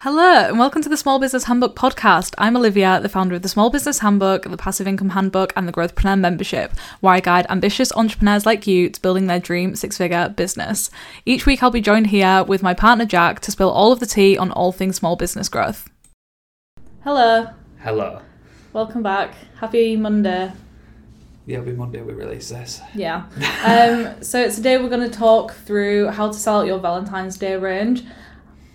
Hello, and welcome to the Small Business Handbook podcast. I'm Olivia, the founder of the Small Business Handbook, the Passive Income Handbook, and the Growthpreneur membership, where I guide ambitious entrepreneurs like you to building their dream six figure business. Each week, I'll be joined here with my partner Jack to spill all of the tea on all things small business growth. Hello, Hello. welcome back. Happy Monday. Yeah, it'll be Monday we release this. Yeah. Um, so today we're going to talk through how to sell out your Valentine's Day range.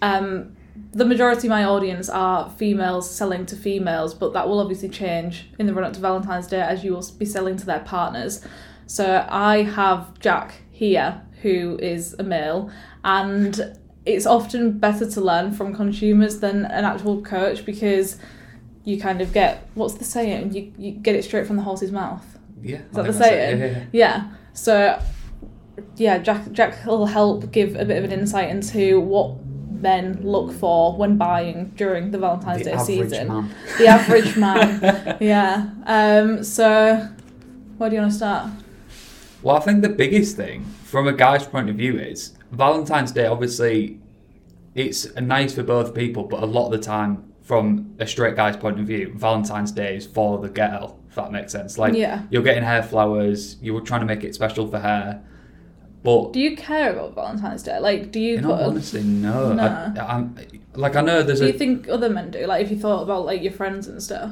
Um, the majority of my audience are females selling to females, but that will obviously change in the run up to Valentine's Day as you will be selling to their partners. So I have Jack here, who is a male, and it's often better to learn from consumers than an actual coach because you kind of get what's the saying? You, you get it straight from the horse's mouth. Yeah. Is that the saying? Yeah. So yeah, Jack Jack will help give a bit of an insight into what men look for when buying during the Valentine's The Day average season. man. The average man. yeah. Um so where do you want to start? Well, I think the biggest thing from a guy's point of view is Valentine's Day, obviously, it's nice for both people, but a lot of the time, from a straight guy's point of view, Valentine's Day is for the girl, if that makes sense. Like, Yeah. you're getting her flowers, you were trying to make it special for her, but Do you care about Valentine's Day? Like do you in put all a- honesty, no. No. I, I'm, like, I know there's do a. you think other men do? Like if you thought about like your friends and stuff.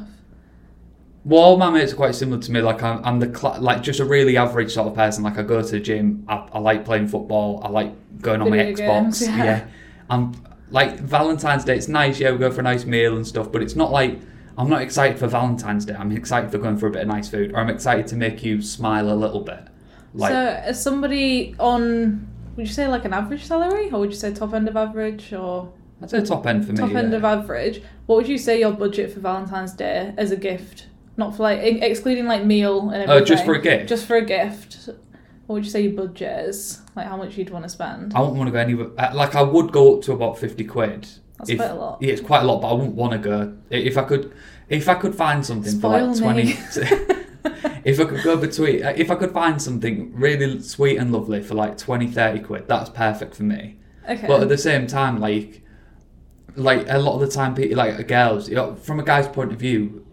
Well, all my mates are quite similar to me. Like I'm, I'm the cla like just a really average sort of person. Like I go to the gym. I, I like playing football. I like going on my Video Xbox. games, yeah. I'm like Valentine's Day. It's nice. Yeah, we go for a nice meal and stuff. But it's not like I'm not excited for Valentine's Day. I'm excited for going for a bit of nice food, or I'm excited to make you smile a little bit. Like so as somebody on would you say like an average salary or would you say top end of average or that's a top end for me. top end yeah. of average what would you say your budget for valentine's day as a gift not for like ex- excluding like meal and Oh, everything just for a gift? just for a gift what would you say your budget is like how much you'd want to spend I wouldn't want to go anywhere. uh, Like I would go up to about fifty quid. That's quite a lot. Yeah, it's quite a lot, but I wouldn't want to go. I- If I could, if I could find something Spoil for like me. twenty. if I could go between, uh, if I could find something really sweet and lovely for like 20, 30 quid, that's perfect for me. okay But at the same time, like, like a lot of the time, people like girls. You know, from a guy's point of view,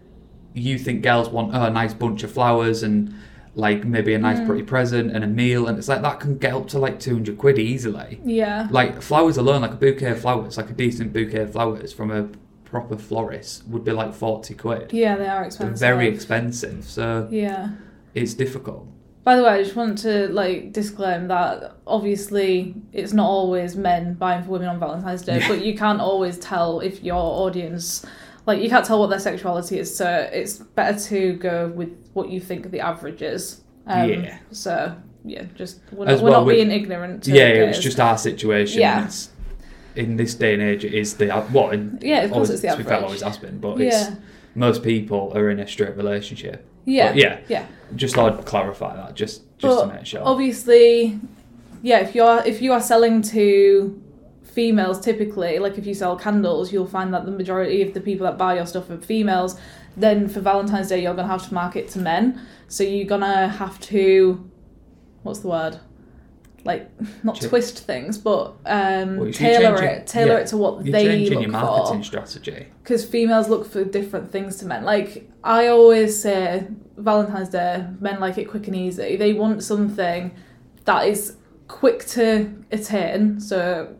you think girls want oh, a nice bunch of flowers and like maybe a Mm. nice pretty present and a meal, and it's like that can get up to like two hundred quid easily. yeah Like flowers alone, like a bouquet of flowers, like a decent bouquet of flowers from a proper florist would be like forty quid. yeah they are They're expensive very expensive, so yeah it's difficult. By the way, I just want to like disclaim that obviously it's not always men buying for women on Valentine's Day, but you can't always tell if your audience like you can't tell what their sexuality is, so it's better to go with what you think the average is. Um, Yeah. So yeah, just we're As not, we're well not with- being ignorant. To yeah, it's gays. just our situation. Yeah. It's, in this day and age, it is the av- well. In, Yeah, of course always, it's the to be fair, average. always has been, but Yeah. it's most people are in a straight relationship. yeah, But yeah. yeah. Just thought I'd clarify that, just just But to make sure. obviously yeah if you're if you are selling to females typically like if you sell candles you'll find that the majority of the people that buy your stuff are females then for valentine's day you're gonna have to market to men so you're gonna have to what's the word like not Ch- twist things but um Well, you tailor change it it. tailor Yeah. it to what You're they changing look your marketing for strategy. because females look for different things to men. Like I always say, Valentine's Day, men like it quick and easy. They want something that is quick to attain, so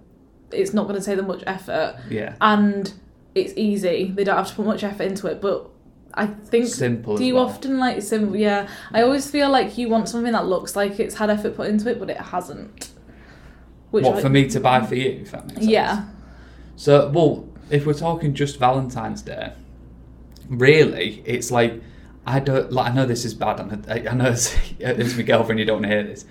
it's not going to take them much effort, Yeah. and it's easy. They don't have to put much effort into it. But I think Simple. Um, do as you well. often like simple? Yeah, I always feel like you want something that looks like it's had effort put into it, but it hasn't. Which what I- for me to buy for you? If that makes sense. yeah, So, well, if we're talking just Valentine's Day, really, it's like I don't. Like, I know this is bad, and I, I know it's, it's my girlfriend. You don't want to hear this.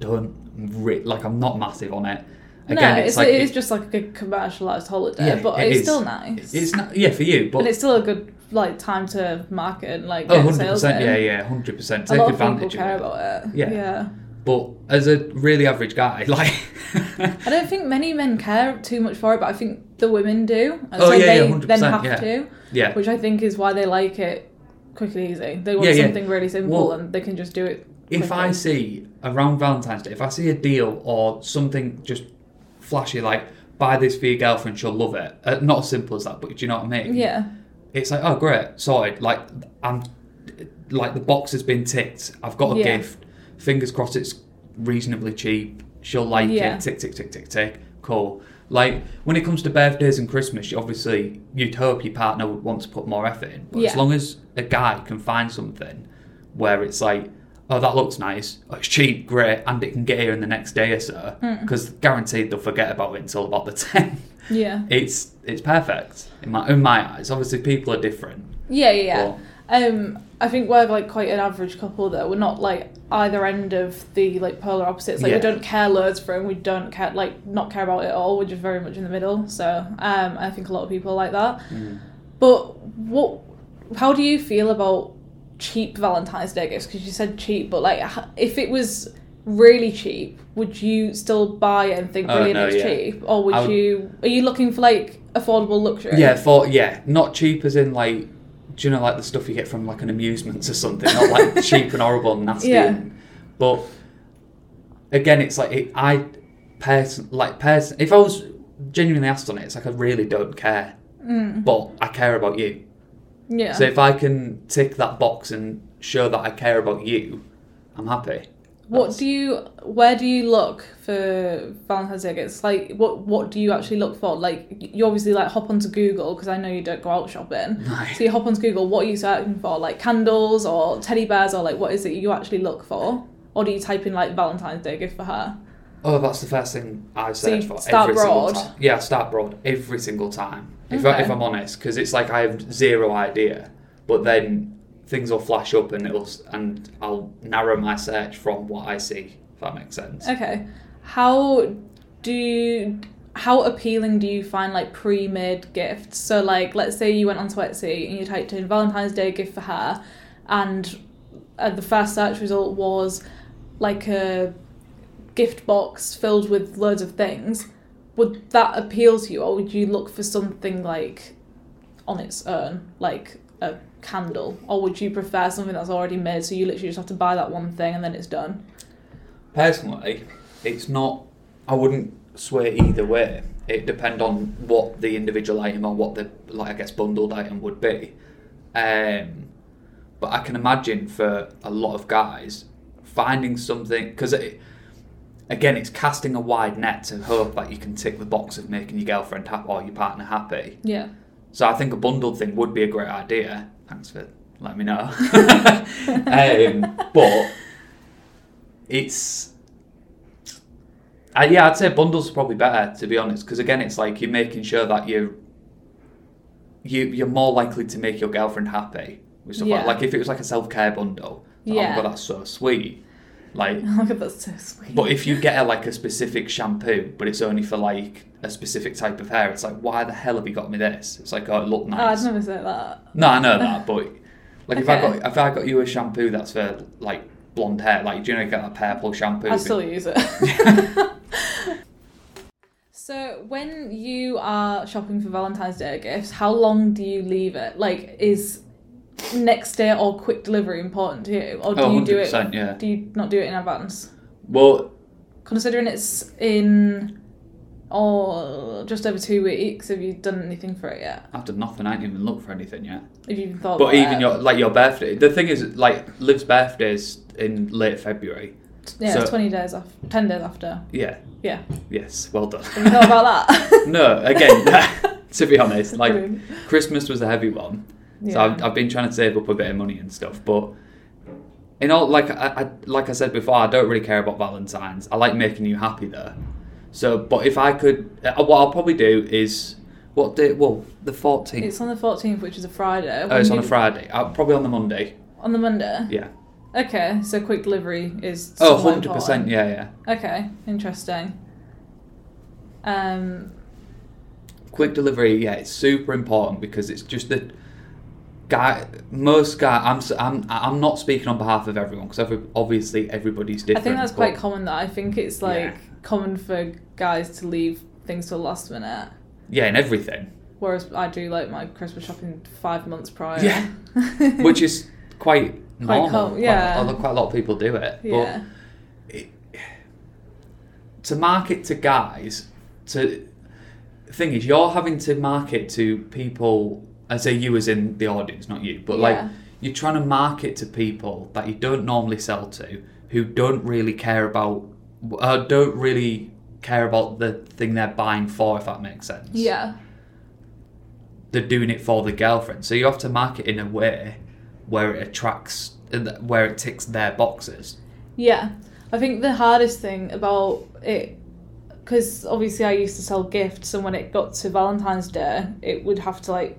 Don't re- like. I'm not massive on it. Again, no, it's, it's, like it is just like a commercialized holiday, but it it's is. still nice. It's not. Yeah, for you, but and it's still a good like time to market and like oh, get 100 sales. percent. in. Yeah, yeah, hundred percent. A Take lot of people advantage care of it. about it. Yeah. yeah. But as a really average guy, like, I don't think many men care too much for it, but I think the women do. And Oh, so yeah, yeah, they then 100%, have yeah. to, yeah, which I think is why they like it quick and easy. They want Yeah, yeah. something really simple Well, and they can just do it. if I quickly. see around Valentine's Day, if I see a deal or something just flashy like buy this for your girlfriend, she'll love it. Uh, not as simple as that, but do you know what I mean? Yeah. It's like, oh, great, sorted. Like, I'm, like the box has been ticked. I've got a Yeah. gift. Fingers crossed, it's reasonably cheap. She'll like Yeah. it. Tick, tick, tick, tick, tick. Cool. Like when it comes to birthdays and Christmas, you obviously you'd hope your partner would want to put more effort in. But Yeah. as long as a guy can find something where it's like, oh, that looks nice, oh, it's cheap, great, and it can get here in the next day or so, Hmm. because guaranteed they'll forget about it until about the tenth. Yeah. It's it's perfect in my in my eyes. Obviously, people are different. Yeah, yeah, yeah. Well- Um, I think we're like quite an average couple though. We're not like either end of the like polar opposites. Like Yeah. we don't care loads for him. We don't care like not care about it at all. We're just very much in the middle. So um, I think a lot of people are like that. Mm. But what? How do you feel about cheap Valentine's Day gifts? Because you said cheap, but like h- if it was really cheap, would you still buy it and think Oh, brilliant no, it's yeah. cheap, or would I would- you? Are you looking for like affordable luxury? Yeah, for yeah, not cheap as in like, do you know like the stuff you get from like an amusements or something? Not like cheap and horrible and nasty. Yeah. And, but again, it's like it, I person like person. If I was genuinely asked on it, it's like I really don't care, but I care about you. Mm. Yeah. So if I can tick that box and show that I care about you, I'm happy. What do you? Where do you look for Valentine's Day gifts? Like, what what do you actually look for? Like, you obviously like hop onto Google because I know you don't go out shopping. Right. So you hop onto Google. What are you searching for? Like candles or teddy bears or like what is it you actually look for? Or do you type in like Valentine's Day gift for her? Oh, that's the first thing I So search you for. start every single broad? time. Yeah, I start broad every single time. If, I, Okay. if I'm honest, because it's like I have zero idea, but then things will flash up and it'll s- and I'll narrow my search from what I see. If that makes sense. Okay. How do you, how appealing do you find like pre-made gifts? So like let's say you went onto Etsy and you typed in Valentine's Day gift for her and uh, the first search result was like a gift box filled with loads of things. Would that appeal to you or would you look for something like on its own, like a candle? Or would you prefer something that's already made so you literally just have to buy that one thing and then it's done? Personally, it's not. I wouldn't swear either way. It depend on what the individual item or what the like I guess bundled item would be. Um, but I can imagine for a lot of guys finding something because it, again it's casting a wide net to hope that you can tick the box of making your girlfriend happy or your partner happy. Yeah. So I think a bundled thing would be a great idea. Thanks for letting me know. um, but it's. Uh, yeah, I'd say bundles are probably better to be honest, because again, it's like you're making sure that you, you you're more likely to make your girlfriend happy with stuff like Yeah. like if it was like a self care bundle, like, oh Yeah. my god, that's so sweet. Like, Oh my god, that's so sweet. but if you get her like a specific shampoo, but it's only for like a specific type of hair, it's like, why the hell have you got me this? It's like, oh, it looked Oh, nice. I'd never say that. No, I know that, but like if I Okay. got if I got you a shampoo that's for like blonde hair, like do you know you get that purple shampoo? I still use it. so when you are shopping for Valentine's Day gifts, how long do you leave it? Like, is next day or quick delivery important to you, or do Oh, you do it? 100%, yeah. Do you not do it in advance? Well, Considering it's in or just over two weeks, have you done anything for it yet? I've done nothing. I ain't even looked for anything yet. Have you even thought? But about even it? your like your birthday. The thing is, like Liv's birthday is in late February. yeah, it's so- twenty days off, ten days after. Yeah. Yeah, Yes. Well done. have you thought about that? no. Again, to be honest, like Brilliant. Christmas was a heavy one. So Yeah. I've, I've been trying to save up a bit of money and stuff, but in all like I, I like I said before, I don't really care about Valentine's. I like making you happy though. So, but if I could, uh, what I'll probably do is what day? Well, the fourteenth. It's on the 14th, which is a Friday. Oh, it's on a When you- Friday. Uh, probably on the Monday. On the Monday? Yeah. Okay, so quick delivery is. Oh, somewhat 100 percent. important. Yeah, yeah. Okay, interesting. Um, quick delivery yeah it's super important because it's just that guy most guy i'm s- i'm i'm not speaking on behalf of everyone because every, obviously everybody's I different think that's but- quite common that I think it's like Yeah. common for guys to leave things to the last minute. yeah in everything Whereas I do like my Christmas shopping five months prior. Yeah. which is quite normal com- yeah. quite, although quite a lot of people do it yeah. but it, to market to guys to thing is, you're having to market to people. I say you as in the audience, not you, but Yeah. like you're trying to market to people that you don't normally sell to, who don't really care about, uh, don't really care about the thing they're buying for, if that makes sense. Yeah. They're doing it for the girlfriend, so you have to market in a way where it attracts, where it ticks their boxes. Yeah. I think the hardest thing about it, because obviously I used to sell gifts, and when it got to Valentine's Day, it would have to like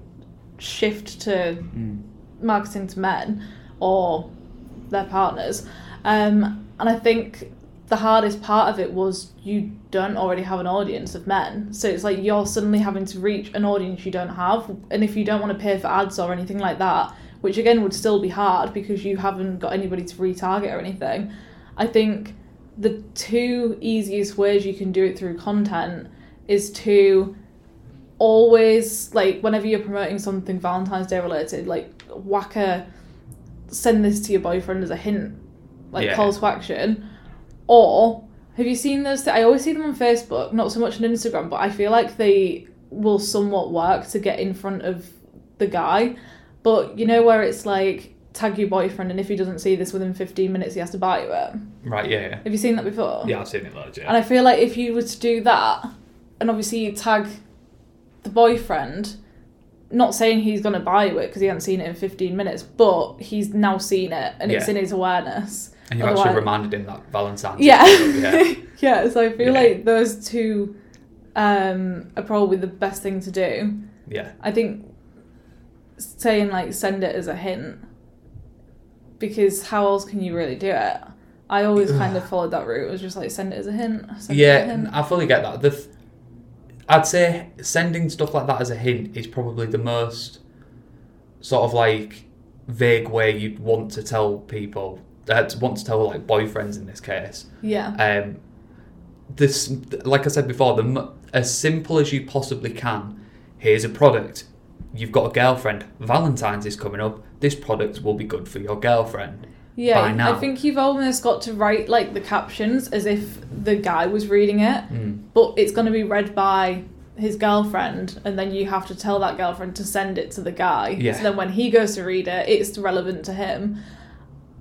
shift to Mm. marketing to men or their partners. Um, and I think the hardest part of it was you don't already have an audience of men. So it's like you're suddenly having to reach an audience you don't have. And if you don't want to pay for ads or anything like that, which again would still be hard because you haven't got anybody to retarget or anything, I think the two easiest ways you can do it through content is to always like whenever you're promoting something Valentine's Day related, like whack a send this to your boyfriend as a hint, like Yeah. call to action. Or have you seen those? I always see them on Facebook, not so much on Instagram, but I feel like they will somewhat work to get in front of the guy. But you know where it's like tag your boyfriend, and if he doesn't see this within 15 minutes, he has to buy you it. Right? Yeah. Have you seen that before? Yeah, yeah I've seen it loads. Yeah. And I feel like if you were to do that, and obviously you tag the boyfriend, not saying he's going to buy you it because he hasn't seen it in 15 minutes, but he's now seen it and it's Yeah. in his awareness. And you've Otherwise- actually reminded him that Valentine's. Day, Yeah. yeah. yeah. so I feel Yeah. like those two um, are probably the best thing to do. Yeah. I think saying like send it as a hint because how else can you really do it? I always kind of followed that route. It was just like send it as a hint. send it as a Yeah, hint. n- I fully get that. The th- I'd say sending stuff like that as a hint is probably the most sort of like vague way you'd want to tell people. Uh, to want to tell like boyfriends in this case. Yeah. Um, this, like I said before, the m- as simple as you possibly can. Here's a product. You've got a girlfriend. Valentine's is coming up. This product will be good for your girlfriend. Yeah, by now. I think you've almost got to write like the captions as if the guy was reading it, Mm. but it's going to be read by his girlfriend, and then you have to tell that girlfriend to send it to the guy. Yeah. So then when he goes to read it, it's relevant to him.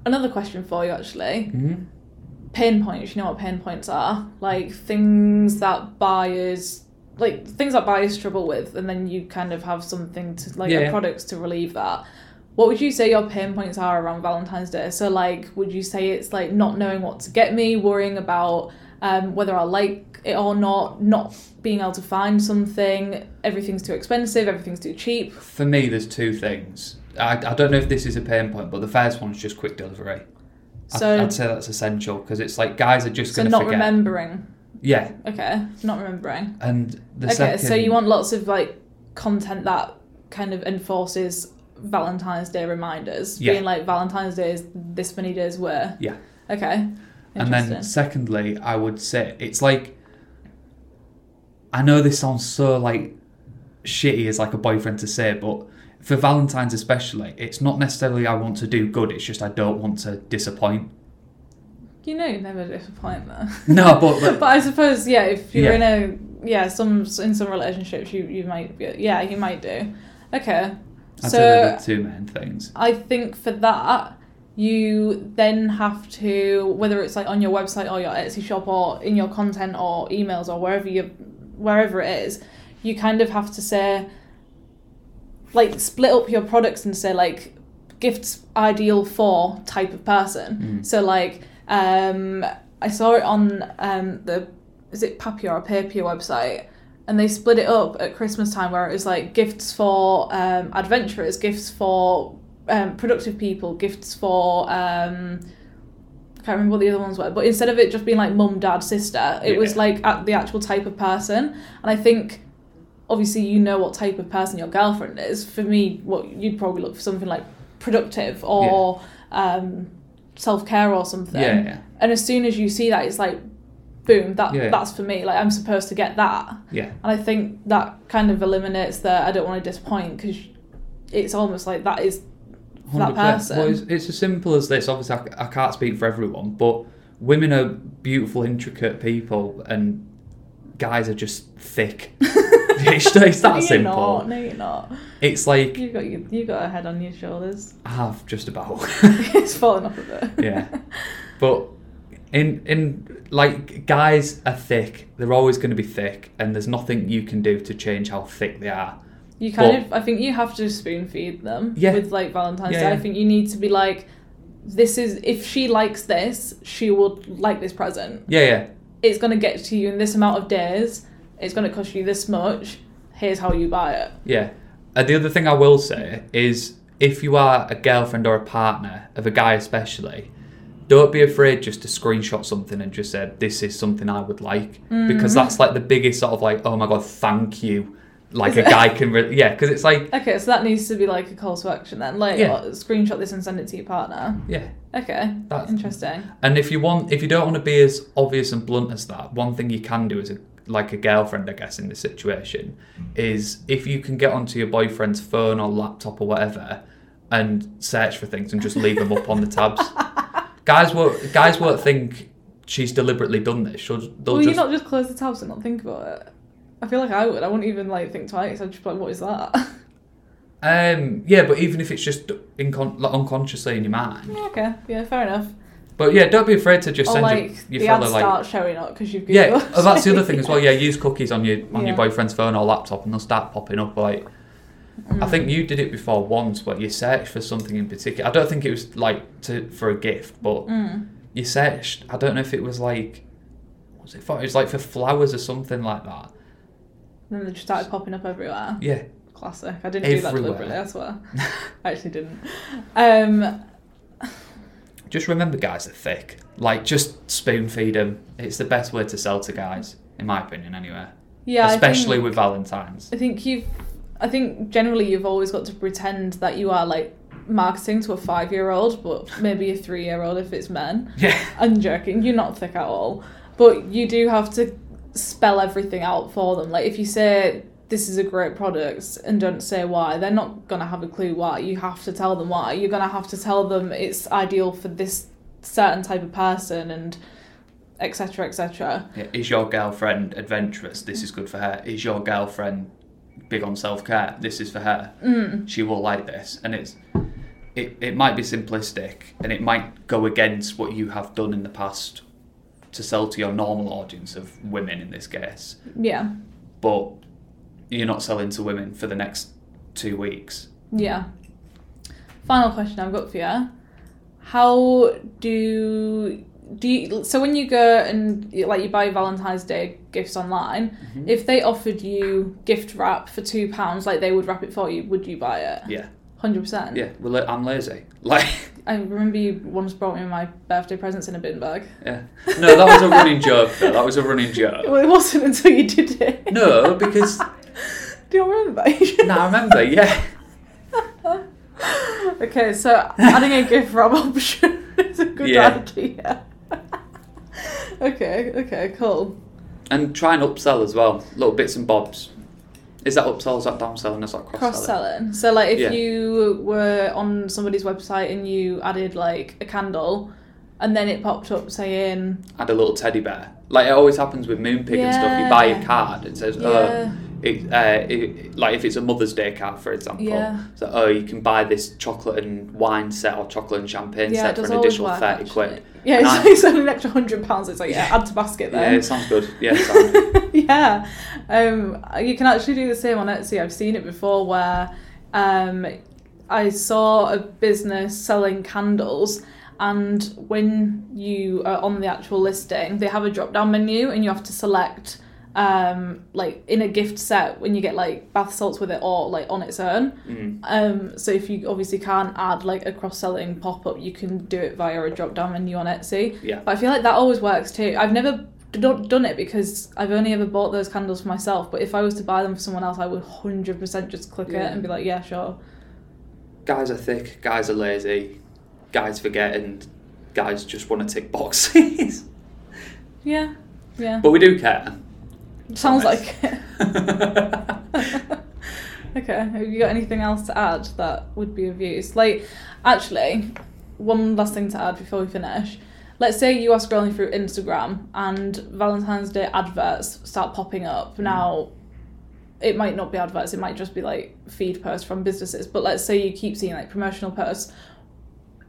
Another question for you actually Mm-hmm. pain points. You know what pain points are? Like things that buyers. Like things that buyers struggle with, and then you kind of have something to like Yeah, a yeah. products to relieve that. What would you say your pain points are around Valentine's Day? So, like, would you say it's like not knowing what to get me, worrying about um, whether I like it or not, not being able to find something, everything's too expensive, everything's too cheap? For me, there's two things. I, I don't know if this is a pain point, but the first one's just quick delivery. So, I'd, I'd say that's essential because it's like guys are just so going to not forget. remembering. Yeah, Okay, not remembering. and the okay, second. so you want lots of like content that kind of enforces Valentine's Day reminders, Yeah. being like Valentine's Day is this many days where. Yeah. Okay. And then Interesting. secondly, I would say it's like. I know this sounds so like shitty as like a boyfriend to say, but for Valentine's especially, it's not necessarily I want to do good. It's just I don't want to disappoint. You know, you never disappoint though. No, but, but but I suppose yeah, if you're Yeah. in a yeah some in some relationships you you might be- yeah you might do. Okay, I'd say they're so the two main things. I think for that you then have to whether it's like on your website or your Etsy shop or in your content or emails or wherever you wherever it is, you kind of have to say like split up your products and say like gifts ideal for type of person. Mm. So like um I saw it on um the is it Papier or Papier website and they split it up at Christmas time where it was like gifts for um adventurers, gifts for um productive people, gifts for um I can't remember what the other ones were, but instead of it just being like mum, dad, sister, it was Yeah. like at the actual type of person. And I think obviously you know what type of person your girlfriend is. For me, what you'd probably look for something like productive or um, self care or something. Yeah, yeah, And as soon as you see that, it's like, boom, that Yeah. that's for me. Like I'm supposed to get that. yeah. And I think that kind of eliminates the I don't want to disappoint because it's almost like that is for that 100%. person. Well, it's, it's as simple as this. Obviously, I, c- I can't speak for everyone, but women are beautiful, intricate people, and guys are just thick. it's, it's that you're simple. Not. No, you're not. It's like You've got your, you got a head on your shoulders. I have just about. it's falling off a bit. yeah, but in in like guys are thick. They're always going to be thick, and there's nothing you can do to change how thick they are. You kind But- of, I think you have to spoon feed them Yeah. with like Valentine's Yeah, Day. I yeah. think you need to be like, this is if she likes this, she will like this present. Yeah, yeah, It's gonna get to you in this amount of days. It's gonna cost you this much. Here's how you buy it. yeah. Uh, the other thing I will say is, if you are a girlfriend or a partner of a guy, especially, don't be afraid just to screenshot something and just say this is something I would like Mm-hmm. because that's like the biggest sort of like oh my god thank you like Is a it? guy can re- yeah because it's like Okay, so that needs to be like a call to action then. Like, Yeah. uh, screenshot this and send it to your partner. yeah Okay, that's interesting. And if you want, if you don't want to be as obvious and blunt as that, one thing you can do as a like a girlfriend, I guess, in this situation, is if you can get onto your boyfriend's phone or laptop or whatever, and search for things and just leave them up on the tabs. Guys won't guys won't think she's deliberately done this. She'll, they'll Will just you not just close the tabs and not think about it? I feel like I would. I wouldn't even like think twice. I'd just be like, what is that? um yeah, but even if it's just incon- like unconsciously in your mind. okay, yeah, fair enough. But yeah, don't be afraid to just or send like your, the your ads fella like start showing up because you've Yeah, Googled. oh, that's the other thing as well. Yeah, use cookies on your on Yeah. your boyfriend's phone or laptop, and they'll start popping up. Like, I Mm. think Hmm. you did it before once, where you searched for something in particular. I don't think it was like to for a gift, but Mm. you searched. I don't know if it was like, what was it for? It was like for flowers or something like that. Then they just started popping up everywhere. Yeah, Classic. I didn't do that Everywhere. deliberately. I swear. I actually didn't. Um, just remember, guys are thick. Like, just spoon feed them. It's the best way to sell to guys, in my opinion, anyway. yeah, I Especially think- with Valentine's. I think you've. I think generally you've always got to pretend that you are like marketing to a five-year-old, but maybe a three-year-old if it's men. Yeah. I'm joking. You're not thick at all, but you do have to spell everything out for them. Like if you say this is a great product and don't say why, they're not gonna have a clue why. You have to tell them why. You're gonna have to tell them it's ideal for this certain type of person and etc. etc. Yeah, is your girlfriend adventurous? This is good for her. Is your girlfriend big on self care? This is for her. Mm. She will like this, and it's it, it might be simplistic, and it might go against what you have done in the past to sell to your normal audience of women in this case. Yeah, But you're not selling to women for the next two weeks. yeah. Final question I've got for you: How do do you, so when you go and like you buy Valentine's Day gifts online? Mm-hmm. If they offered you gift wrap for two pounds, like they would wrap it for you, would you buy it? Yeah, Hundred percent. yeah. Well, I- I'm lazy. Like, I remember you once brought me my birthday presents in a bin bag. yeah. No, that was a running joke. Though. That was a running joke. Well, it wasn't until you did it. No, because Do you remember? now I remember. Yeah. okay, so adding a gift wrap option is a good Yeah. idea. okay. Okay. Cool. And try and upsell as well, little bits and bobs. Is that upsell? Is that downsell? And is that cross-selling? Cross selling. So like if Yeah. you were on somebody's website and you added like a candle, and then it popped up saying Add a little teddy bear. Like it always happens with Moonpig and stuff. You buy a Yeah. card. It says, Yeah. oh, it, uh, it, like if it's a Mother's Day card, for example. Yeah. So oh, you can buy this chocolate and wine set or chocolate and champagne set for an always additional work, thirty actually. quid. Yeah, And it's, I- it's only an extra hundred pounds. It's like yeah, add to basket Yeah, then. it sounds good. Yeah, it sounds- yeah, um, you can actually do the same on Etsy. I've seen it before where um, I saw a business selling candles. And when you are on the actual listing, they have a drop down menu and you have to select, um, like, in a gift set when you get like bath salts with it or like on its own. Mm. Um, so if you obviously can't add like a cross selling pop up, you can do it via a drop down menu on Etsy. yeah. But I feel like that always works too. I've never d- not done it because I've only ever bought those candles for myself. But if I was to buy them for someone else, I would hundred percent just click Yeah. it and be like, yeah, sure. Guys are thick. Guys are lazy. Guys forget and guys just want to tick boxes. Yeah, yeah. but we do care. Sounds promise. like it. okay. Have you got anything else to add that would be of use? Like, actually, one last thing to add before we finish. Let's say you are scrolling through Instagram and Valentine's Day adverts start popping up. Now, it might not be adverts, it might just be like feed posts from businesses. But let's say you keep seeing like promotional posts.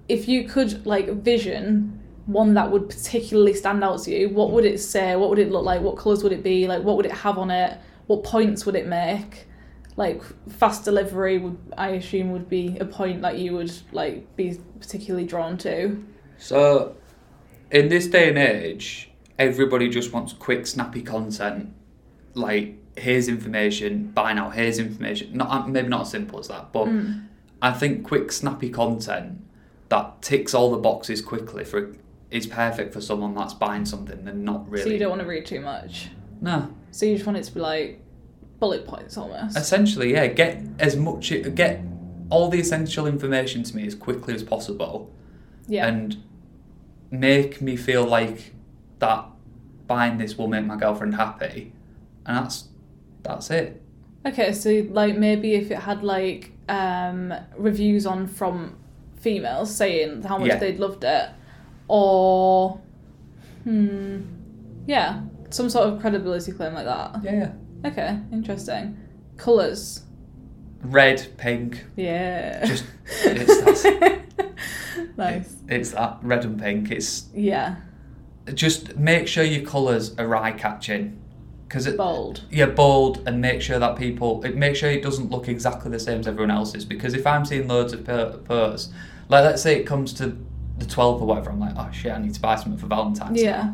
If you could like vision one that would particularly stand out to you, what would it say? What would it look like? What colours would it be? Like what would it have on it? What points would it make? Like fast delivery would I assume would be a point that you would like be particularly drawn to. So, in this day and age, everybody just wants quick, snappy content. Like, here's information, buy now, here's information. Not uh, Maybe not as simple as that, but Mm. I think quick, snappy content that ticks all the boxes quickly for is perfect for someone that's buying something and not really. So you don't want to read too much. No. So you just want it to be like bullet points almost. Essentially, yeah, get as much, get all the essential information to me as quickly as possible. yeah. and make me feel like that buying this will make my girlfriend happy and that's that's it Okay, so like maybe if it had like um reviews on from females saying how much Yeah. they'd loved it, or hmm, yeah, some sort of credibility claim like that. yeah, yeah. Okay, interesting. Colors, red pink yeah. Just- it's nice. it- it's that red and pink it's Yeah, just make sure your colors are eye catching because it bold. yeah bold and make sure that people it make sure it doesn't look exactly the same as everyone else's because if i'm seeing loads of per- posts like let's say it comes to the 12th or whatever i'm like oh shit i need to buy something for valentine's Day." Yeah,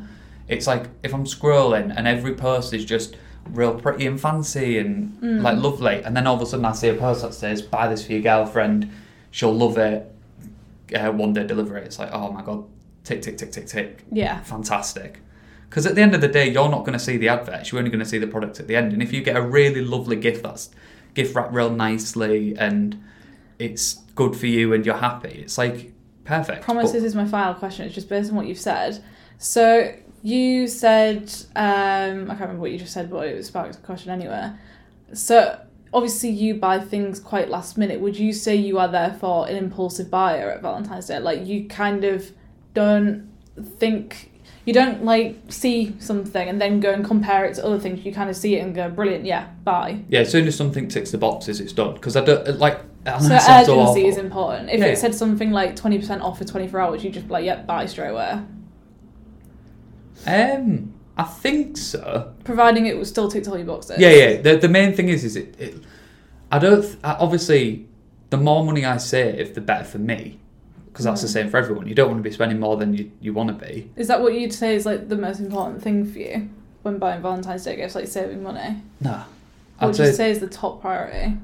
it's like if I'm scrolling and every post is just real pretty and fancy and like lovely, and then all of a sudden I see a post that says buy this for your girlfriend, she'll love it, uh, one day delivery. It's like oh my god, tick tick tick tick tick, yeah, fantastic. Because at the end of the day, you're not going to see the advert. You're only going to see the product at the end. And if you get a really lovely gift that's gift wrapped real nicely and it's good for you and you're happy, it's like perfect. promise But- this is my final question. It's just based on what you've said. So you said um, I can't remember what you just said, but it sparked a question anyway. So obviously you buy things quite last minute. Would you say you are therefore an impulsive buyer at Valentine's Day? Like you kind of don't think. You don't like see something and then go and compare it to other things. You kind of see it and go, "Brilliant, yeah, buy." Yeah, as soon as something ticks the boxes, it's done. Because I don't like. I know So it sounds so urgency awful. is important. If Yeah. it said something like twenty percent off for twenty four hours, you would just be like, "Yep, buy straight away." Um, I think so. providing it was still ticked all your boxes. Yeah, yeah. The the main thing is, is it. it I don't. Th- I, obviously, the more money I save, the better for me. Because that's Mm. the same for everyone. You don't want to be spending more than you, you want to be. Is that what you'd say is like the most important thing for you when buying Valentine's Day gifts, like saving money? No. What I'd would you say, say is the top priority?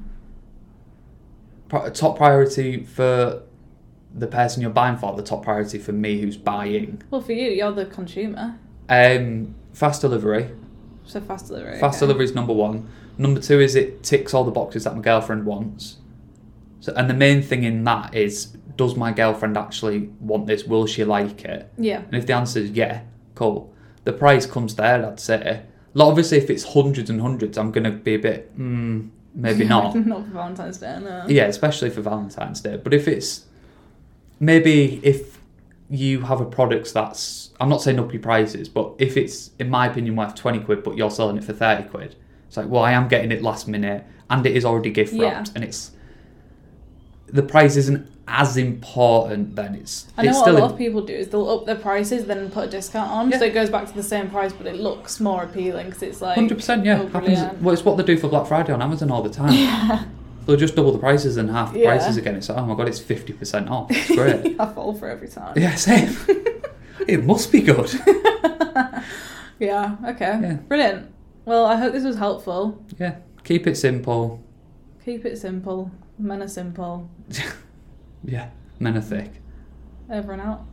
pri- top priority for the person you're buying for, the top priority for me who's buying. Well, for you, you're the consumer, Um, fast delivery. so fast delivery. Fast okay. delivery is number one. Number two is it ticks all the boxes that my girlfriend wants. So, and the main thing in that is, does my girlfriend actually want this? Will she like it? Yeah, And if the answer is yeah, cool. The price comes there, I'd say. Like, obviously, if it's hundreds and hundreds, I'm going to be a bit, mm, maybe not. not for Valentine's Day. No. Yeah, especially for Valentine's Day. But if it's maybe if you have a product that's I'm not saying up your prices, but if it's in my opinion worth twenty quid, but you're selling it for thirty quid, it's like well I am getting it last minute and it is already gift wrapped Yeah. and it's the price isn't as important. Then it's I know it's what a still lot of people do is they'll up their prices, then put a discount on, Yeah. so it goes back to the same price, but it looks more appealing because it's like hundred percent yeah oh, happens. brilliant. Well, it's what they do for Black Friday on Amazon all the time. They'll just double the prices and half the Yeah. prices again. It's like oh my god, it's fifty percent off. It's great. I fall for every time. Yeah, same. it must be good. Yeah, Okay. Yeah. Brilliant. Well, I hope this was helpful. Yeah, keep it simple. Keep it simple. Men are simple. yeah, men are thick. Everyone out.